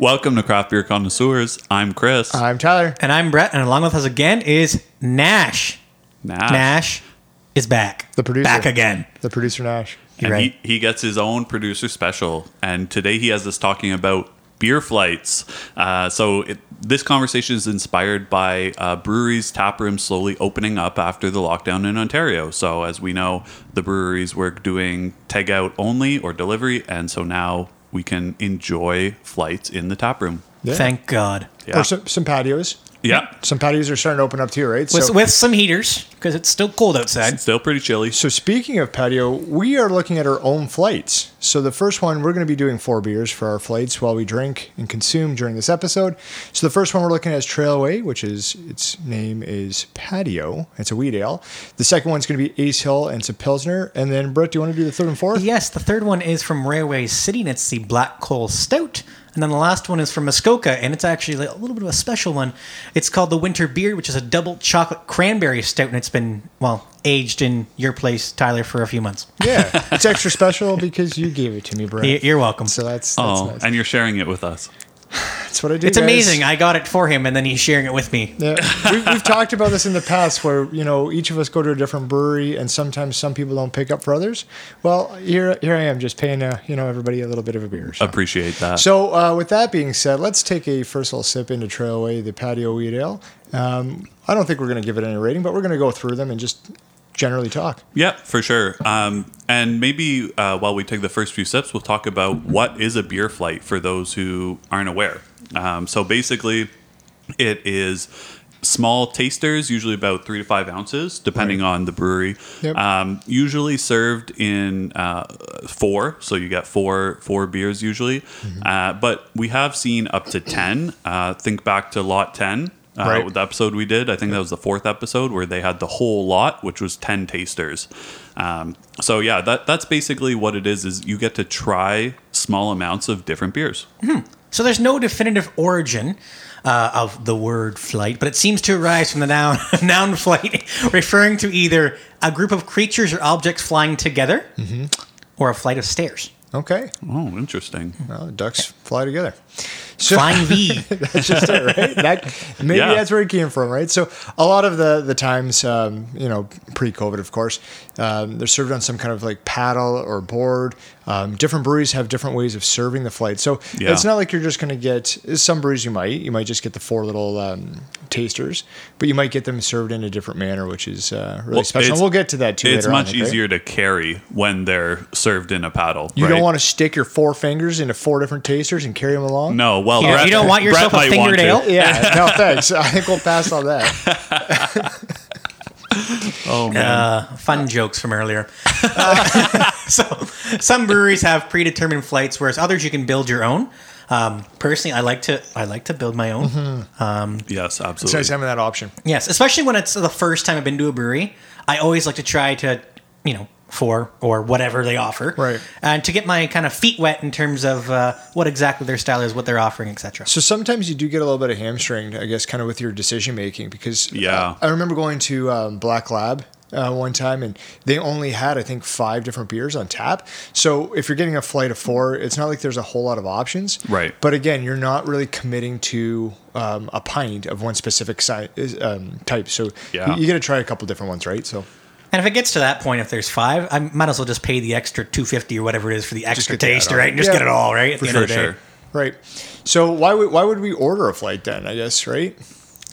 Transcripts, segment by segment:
Welcome to Craft Beer Connoisseurs. I'm Chris. I'm Tyler. And I'm Brett, and along with us again is Nash. Nash. Nash is back. The producer. Back again. The producer Nash. And right. he, he gets his own producer special. And today he has us talking about beer flights. Uh, so it, this conversation is inspired by uh, breweries' taprooms slowly opening up after the lockdown in Ontario. So as we know, the breweries were doing take out only or delivery. And so now we can enjoy flights in the taproom. Yeah. Thank God. Yeah. Or some, some patios. Yeah. Some patios are starting to open up too, right? With, So, with some heaters, because it's still cold outside. Still pretty chilly. so speaking of patio, we are looking at our own flights. So the first one, we're going to be doing four beers for our flights while we drink and consume during this episode. So the first one we're looking at is Trailway, which is its name is Patio. It's a wheat ale. The second one's going to be Ace Hill and it's a Pilsner. And then Brett, do you want to do the third and fourth? Yes, the third one is from Railway City, and it's the Black Coal Stout. And then the last one is from Muskoka, and it's actually like a little bit of a special one. It's called the Winter Beer, which is a double chocolate cranberry stout, and it's been, well, aged in your place, Tyler, for a few months. Yeah. it's extra special because you gave it to me, Brett. Y- You're welcome. So that's, that's Oh, nice. and you're sharing it with us. That's what I do. It's guys. amazing. I got it for him, and then he's sharing it with me. Yeah, we've, we've talked about this in the past, where you know each of us go to a different brewery, and sometimes some people don't pick up for others. Well, here here I am, just paying uh, you know everybody a little bit of a beer. So, Appreciate that. so uh, with that being said, let's take a first little sip into Trailway, the patio wheat ale. Um, I don't think we're going to give it any rating, but we're going to go through them and just generally talk. Yeah, for sure. Um, and maybe uh, while we take the first few steps, we'll talk about what is a beer flight for those who aren't aware. Um, so basically, it is small tasters, usually about three to five ounces, depending on the brewery. Yep. Um, usually served in uh, four, so you get four four beers usually. Mm-hmm. Uh, but we have seen up to ten. Uh, think back to lot ten. Uh, Right. with the episode we did. I think that was the fourth episode where they had the whole lot, which was ten tasters. Um, so yeah, that that's basically what it is. Is you get to try small amounts of different beers. So there's no definitive origin uh, of the word flight, but it seems to arise from the noun noun flight, referring to either a group of creatures or objects flying together, or a flight of stairs. Okay, Oh, interesting. well, ducks fly together. So, Flying V. that's just it, right? That, maybe Yeah. that's where it came from, right? So a lot of the the times, um, you know, pre-COVID, of course, um, they're served on some kind of like paddle or board. Um, different breweries have different ways of serving the flight, so Yeah. it's not like you're just going to get some breweries. You might you might just get the four little um, tasters, but you might get them served in a different manner, which is uh, really Well, special. it's- And we'll get to that too. It's later on, much I think, right? easier to carry when they're served in a paddle. You don't want to stick your four fingers into four different tasters and carry them along. No, well, Yeah, Brett- you don't want Brett yourself a might want to. fingernail? Yeah, no thanks. I think we'll pass on that. Oh man. Fun jokes from earlier. Uh, so some breweries have predetermined flights, whereas others you can build your own. Um, personally, I like to I like to build my own. yes, It's nice absolutely. having that option. Yes, especially when it's the first time I've been to a brewery. I always like to try to, you know, four or whatever they offer, Right. And to get my kind of feet wet in terms of uh, what exactly their style is, what they're offering, etc. So sometimes you do get a little bit of hamstring, I guess, kind of with your decision making because Yeah. uh, I remember going to um, Black Lab. Uh, one time, and they only had, I think, five different beers on tap. So if you're getting a flight of four, it's not like there's a whole lot of options. Right. But again, you're not really committing to um, a pint of one specific si- is- um, type. So Yeah. you, you got to try a couple different ones, right? So And if it gets to that point, if there's five, I might as well just pay the extra two fifty or whatever it is for the extra get that taste, all. right? And just Yeah. get it all, right? At the end For of the day. sure. right. So why would why would we order a flight then? I guess right.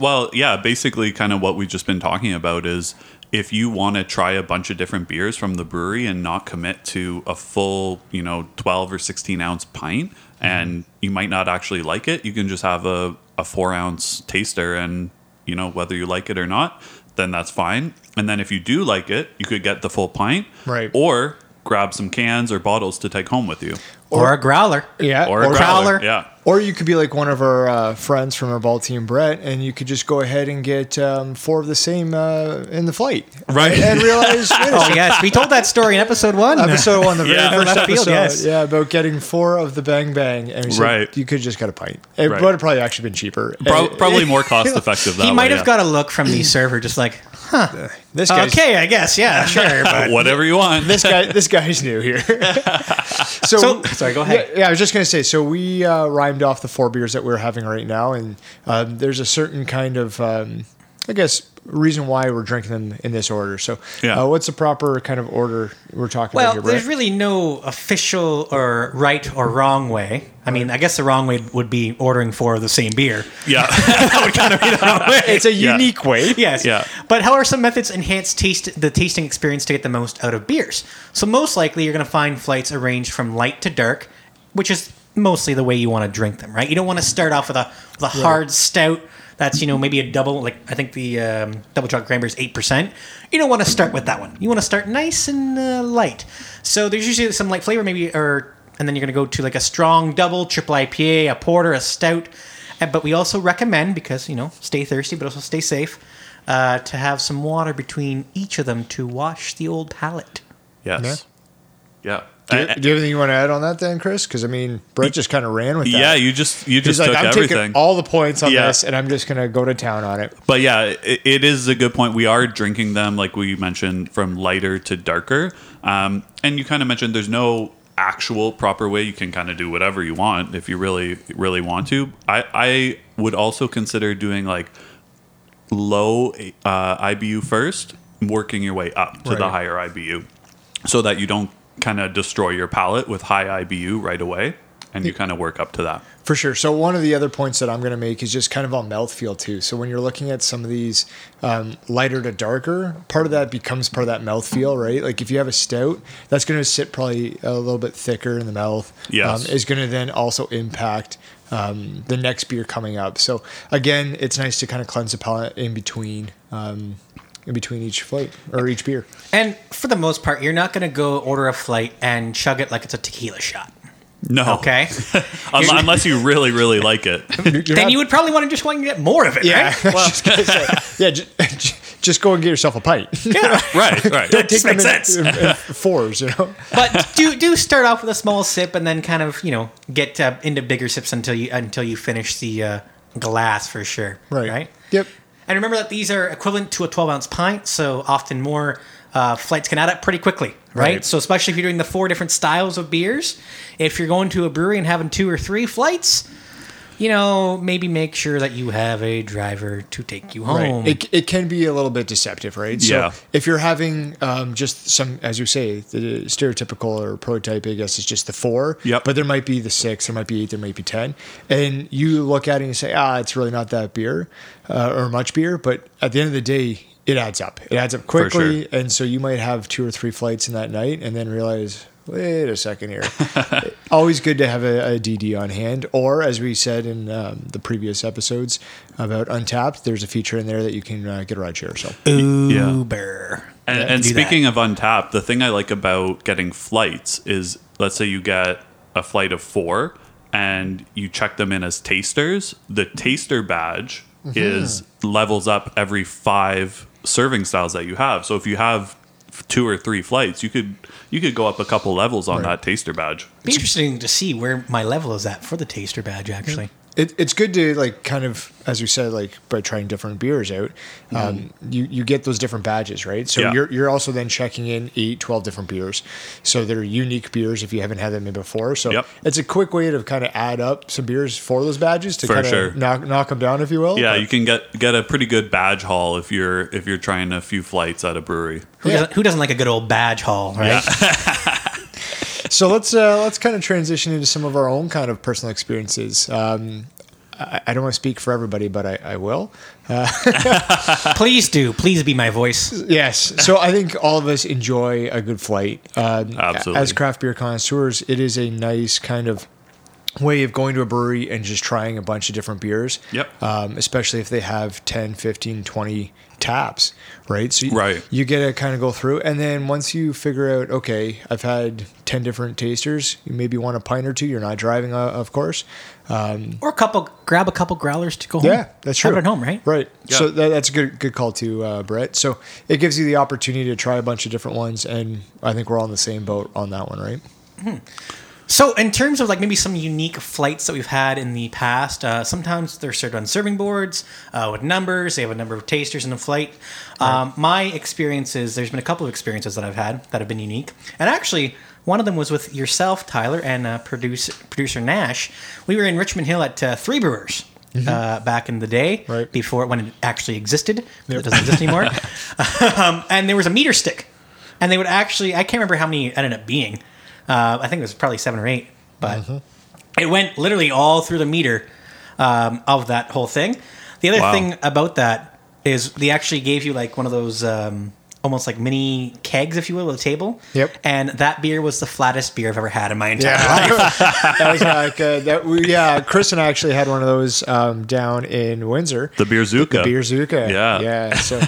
Well, yeah, basically, kind of what we've just been talking about is if you want to try a bunch of different beers from the brewery and not commit to a full, you know, 12 or 16 ounce pint, and you might not actually like it, you can just have a, a four ounce taster and, you know, whether you like it or not, then that's fine. And then if you do like it, you could get the full pint. Right. Or grab some cans or bottles to take home with you. Or, a growler. Yeah. Or, a Or growler. growler. Yeah. Or you could be like one of our uh, friends from our ball team, Brett, and you could just go ahead and get um, four of the same uh, in the flight, Right. And realize wait a Oh second, yes, we told that story in episode one. episode one, the very Yeah. first Left episode, field, Oh, yes. yeah, about getting four of the bang bang, and we said, Right. you could just get a pint. It Right. would have probably actually been cheaper. Pro- Uh, probably more cost effective that he way, might have yeah. got a look from the server, just like this guy's okay, I guess, yeah, sure, but whatever you want. this guy this guy's new here. so, So- sorry, go ahead. Yeah, yeah, I was just gonna say. So we uh, rhymed named off the four beers that we're having right now, and um, there's a certain kind of, um, I guess, reason why we're drinking them in this order. So, Yeah. uh, what's the proper kind of order we're talking about Well, here, Brett? there's really no official or right or wrong way. I mean, I guess the wrong way would be ordering four of the same beer. Yeah. that would kind of be the wrong way. it's a Yeah. unique way. yes. Yeah. But how are some methods enhance taste the tasting experience to get the most out of beers? So most likely you're going to find flights arranged from light to dark, which is mostly the way you want to drink them, right? You don't want to start off with a with a hard stout that's you know maybe a double like I think the um, double chocolate cranberry is eight percent. You don't want to start with that one. You want to start nice and uh, light. So there's usually some light flavor maybe or and then you're going to go to like a strong double, triple IPA, a porter, a stout. Uh, But we also recommend because you know stay thirsty, but also stay safe, uh, to have some water between each of them to wash the old palate. yes. Yeah. Do you, I- I- do you have anything you want to add on that then, Chris? Because I mean, Brett just kind of ran with that. yeah, you just you He's just like, took I'm everything. taking all the points on Yeah. this, and I'm just gonna go to town on it. but yeah, it, it is a good point. We are drinking them, like we mentioned, from lighter to darker. Um, and you kind of mentioned there's no actual proper way. You can kind of do whatever you want if you really, really want to. I, I would also consider doing like low uh, IBU first, working your way up to the Right. higher IBU so that you don't kind of destroy your palate with high IBU right away. And you kind of work up to that. For sure. So one of the other points that I'm going to make is just kind of on mouthfeel too. So when you're looking at some of these um, lighter to darker, part of that becomes part of that mouthfeel, right? Like if you have a stout, that's going to sit probably a little bit thicker in the mouth. Yes. Um, is going to then also impact um, the next beer coming up. So again, it's nice to kind of cleanse the palate in between. Um, in between each flight or each beer. And for the most part, you're not going to go order a flight and chug it like it's a tequila shot. No. Okay. Un- unless you really, really like it. then you would probably want to just want to get more of it, Yeah. right? I was just gonna say, yeah. ju- ju- Just go and get yourself a pint. right, right. Don't take This makes them in, sense. in- in fours, you know. But do do start off with a small sip and then kind of you know get uh, into bigger sips until you until you finish the uh, glass for sure. Right. Right. Yep. And remember that these are equivalent to a 12 ounce pint, so often more uh, flights can add up pretty quickly, right? Right. So, especially if you're doing the four different styles of beers, if you're going to a brewery and having two or three flights, you know, maybe make sure that you have a driver to take you home. Right. It, it can be a little bit deceptive, right? Yeah. So if you're having um, just some, as you say, the stereotypical or prototype, I guess, is just the four. Yep. But there might be the six, there might be eight, there might be 10. And you look at it and you say, ah, it's really not that beer uh, or much beer. But at the end of the day, it adds up. It adds up For sure. quickly. And so you might have two or three flights in that night and then realize, wait a second here. Always good to have a, a DD on hand. Or, as we said in um, the previous episodes about Untapped, there's a feature in there that you can uh, get a ride share. So, Yeah. Uber. And, Yeah, and do that. speaking of Untapped, the thing I like about getting flights is let's say you get a flight of four and you check them in as tasters. The taster badge is levels up every five serving styles that you have. So if you have two or three flights, you could you could go up a couple levels on that taster badge. be interesting to see where my level is at for the taster badge, actually. it, it's good to like kind of as you said like by trying different beers out um, you, you get those different badges right so Mm-hmm. Yeah. you're, you're also then checking in 8 12 different beers so they're unique beers if you haven't had them in before so Yep. it's a quick way to kind of add up some beers for those badges to For kind of sure. knock, knock them down if you will Yeah, But- you can get get a pretty good badge haul if you're if you're trying a few flights at a brewery. Who, Yeah. doesn't, who doesn't like a good old badge haul, right? so let's uh, let's kind of transition into some of our own kind of personal experiences um, I, I don't want to speak for everybody but I, I will Please do. Please be my voice. Yes. So I think all of us enjoy a good flight. Um, Absolutely. As craft beer connoisseurs, it is a nice kind of way of going to a brewery and just trying a bunch of different beers. Yep. Um, especially if they have 10, 15, 20 taps, right? So you, Right. you get to kind of go through. And then once you figure out, okay, I've had 10 different tasters, you maybe want a pint or two. You're not driving, uh, of course. Or a couple, grab a couple growlers to go home. Yeah, that's true. Have it at home, right? Right. Yeah. So that, that's a good good call to uh, Brett. So it gives you the opportunity to try a bunch of different ones, and I think we're all in the same boat on that one, right? So, in terms of like maybe some unique flights that we've had in the past, uh, sometimes they're served on serving boards uh, with numbers. They have a number of tasters in a flight. Um, My experiences, there's been a couple of experiences that I've had that have been unique. And actually, One of them was with yourself, Tyler, and uh, producer, producer Nash. We were in Richmond Hill at uh, Three Brewers. Uh, back in the day, Right. before when it actually existed, 'cause it doesn't exist anymore. um, and there was a meter stick, and they would actually I can't remember how many ended up being. Uh, I think it was probably seven or eight, but Mm-hmm. it went literally all through the meter um, of that whole thing. The other Wow. thing about that is they actually gave you like one of those um, almost like mini kegs, if you will, with a table. Yep. And that beer was the flattest beer I've ever had in my entire life. Yeah, that was like uh, that. We, yeah, Chris and I actually had one of those um, down in Windsor. The beer zuka. The beer zuka. Yeah. yeah. So,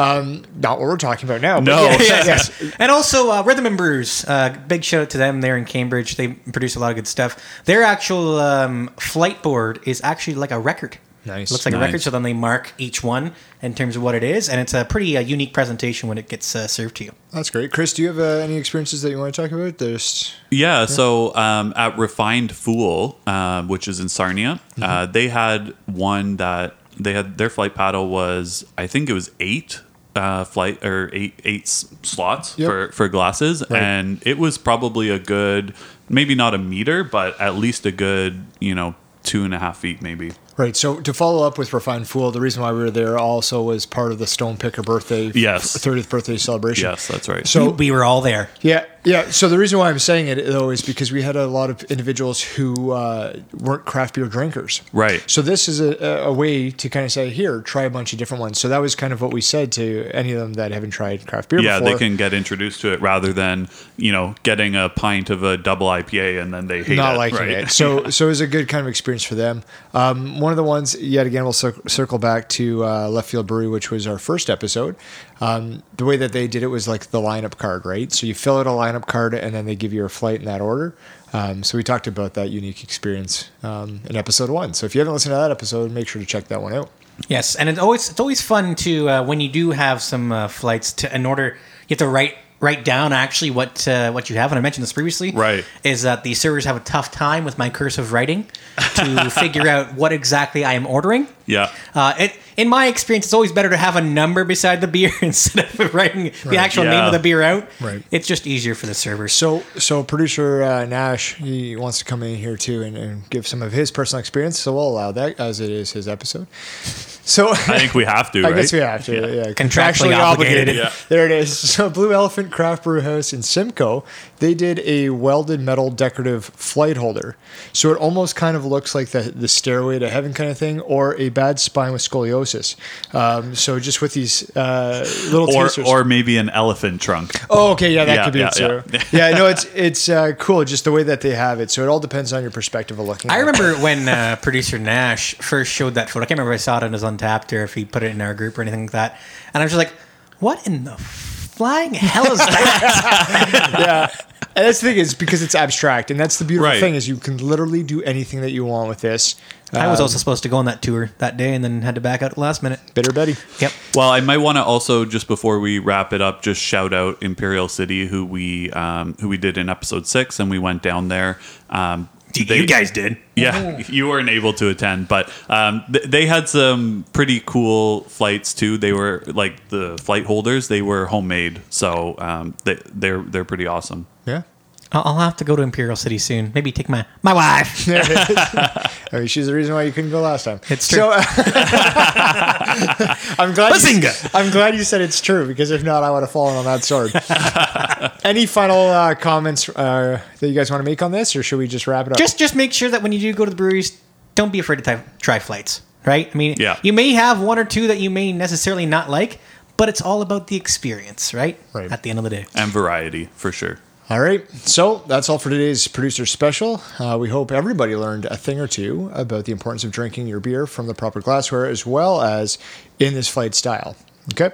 um, not what we're talking about now. but No. yes, Yeah. yes. And also uh, Rhythm and Brews. Uh, big shout out to them. They're in Cambridge. They produce a lot of good stuff. Their actual um, flight board is actually like a record. Nice. Looks like a Nice. record. So then they mark each one in terms of what it is, and it's a pretty uh, unique presentation when it gets uh, served to you. That's great. Chris, do you have uh, any experiences that you want to talk about? There's Yeah, so um, at Refined Fool, um, which is in Sarnia, uh, Mm-hmm. they had one that they had their flight paddle was I think it was eight uh, flight or eight eight s- slots Yep. for for glasses, Right. and it was probably a good maybe not a meter, but at least a good you know two and a half feet maybe. right. So to follow up with Refined Fool, the reason why we were there also was part of the Stone Picker birthday, Yes. thirtieth birthday celebration. Yes, that's right. So we were all there. Yeah, yeah. So the reason why I'm saying it though is because we had a lot of individuals who uh, weren't craft beer drinkers. Right. So this is a, a way to kind of say, here, try a bunch of different ones. So that was kind of what we said to any of them that haven't tried craft beer yeah, before. they can get introduced to it rather than you know getting a pint of a double IPA and then they hate not it, liking right? it. So so it was a good kind of experience for them. Um, one of the ones yet again we'll cir- circle back to uh, Left Field Brewery, which was our first episode. Um, the way that they did it was like the lineup card, right? So you fill out a lineup card and then they give you a flight in that order. Um, so we talked about that unique experience um, in episode one. So if you haven't listened to that episode, make sure to check that one out. Yes, and it's always it's always fun to uh, when you do have some uh, flights to in order you have to write write down actually what uh, what you have. And I mentioned this previously. Right. is that the servers have a tough time with my cursive writing to figure out what exactly I am ordering. Yeah. Uh, it, in my experience, it's always better to have a number beside the beer instead of writing the actual name Yeah. of the beer out. Right. It's just easier for the servers. So, so producer uh, Nash, he wants to come in here too and, and give some of his personal experience. So we'll allow that as it is his episode. So I think we have to. I right? guess we have to. Yeah, Contractually obligated. Yeah. There it is. So Blue Elephant Craft Brew House in Simcoe, they did a welded metal decorative flight holder. So it almost kind of looks like the the stairway to heaven kind of thing, or a bad spine with scoliosis. Um, so just with these uh, little or tasers. or maybe an elephant trunk. Oh, okay, yeah, that Yeah, could be yeah, it too. Yeah, no, it's it's uh, cool, just the way that they have it. So it all depends on your perspective of looking. at I it. remember when uh, producer Nash first showed that photo. I can't remember if I saw it on his Untapped or if he put it in our group or anything like that. And I was just like, what in the flying hell is that? yeah. And that's the thing is because it's abstract, and that's the beautiful Right. thing is you can literally do anything that you want with this. I was also supposed to go on that tour that day and then had to back out at the last minute. Bitter Betty. Yep. Well, I might want to also just before we wrap it up, just shout out Imperial City, who we um, who we did in episode six, and we went down there. Um, they- did. yeah, you weren't able to attend, but um, th- they had some pretty cool flights too. They were like the flight holders; they were homemade, so um, they, they're they're pretty awesome. Yeah. I'll, I'll have to go to Imperial City soon. Maybe take my my wife. There it is. I mean, she's the reason why you couldn't go last time. It's true. So, I'm glad. You, Bazinga. I'm glad you said it's true because if not, I would have fallen on that sword. Any final uh, comments uh, that you guys want to make on this, or should we just wrap it up? just just make sure that when you do go to the breweries, don't be afraid to ty- try flights. Right? I mean, Yeah. you may have one or two that you may necessarily not like, but it's all about the experience, right? Right. At the end of the day. And variety for sure. All right. So that's all for today's producer special. Uh, we hope everybody learned a thing or two about the importance of drinking your beer from the proper glassware as well as in this flight style. Okay.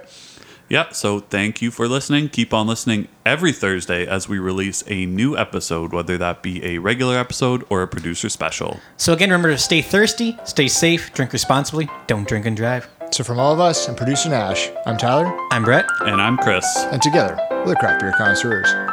Yeah, so thank you for listening. Keep on listening every Thursday as we release a new episode, whether that be a regular episode or a producer special. So again, remember to stay thirsty, stay safe, drink responsibly, don't drink and drive. So, from all of us and producer Nash, I'm Tyler, I'm Brett. And I'm Chris. and together we're the Craft Beer Connoisseurs.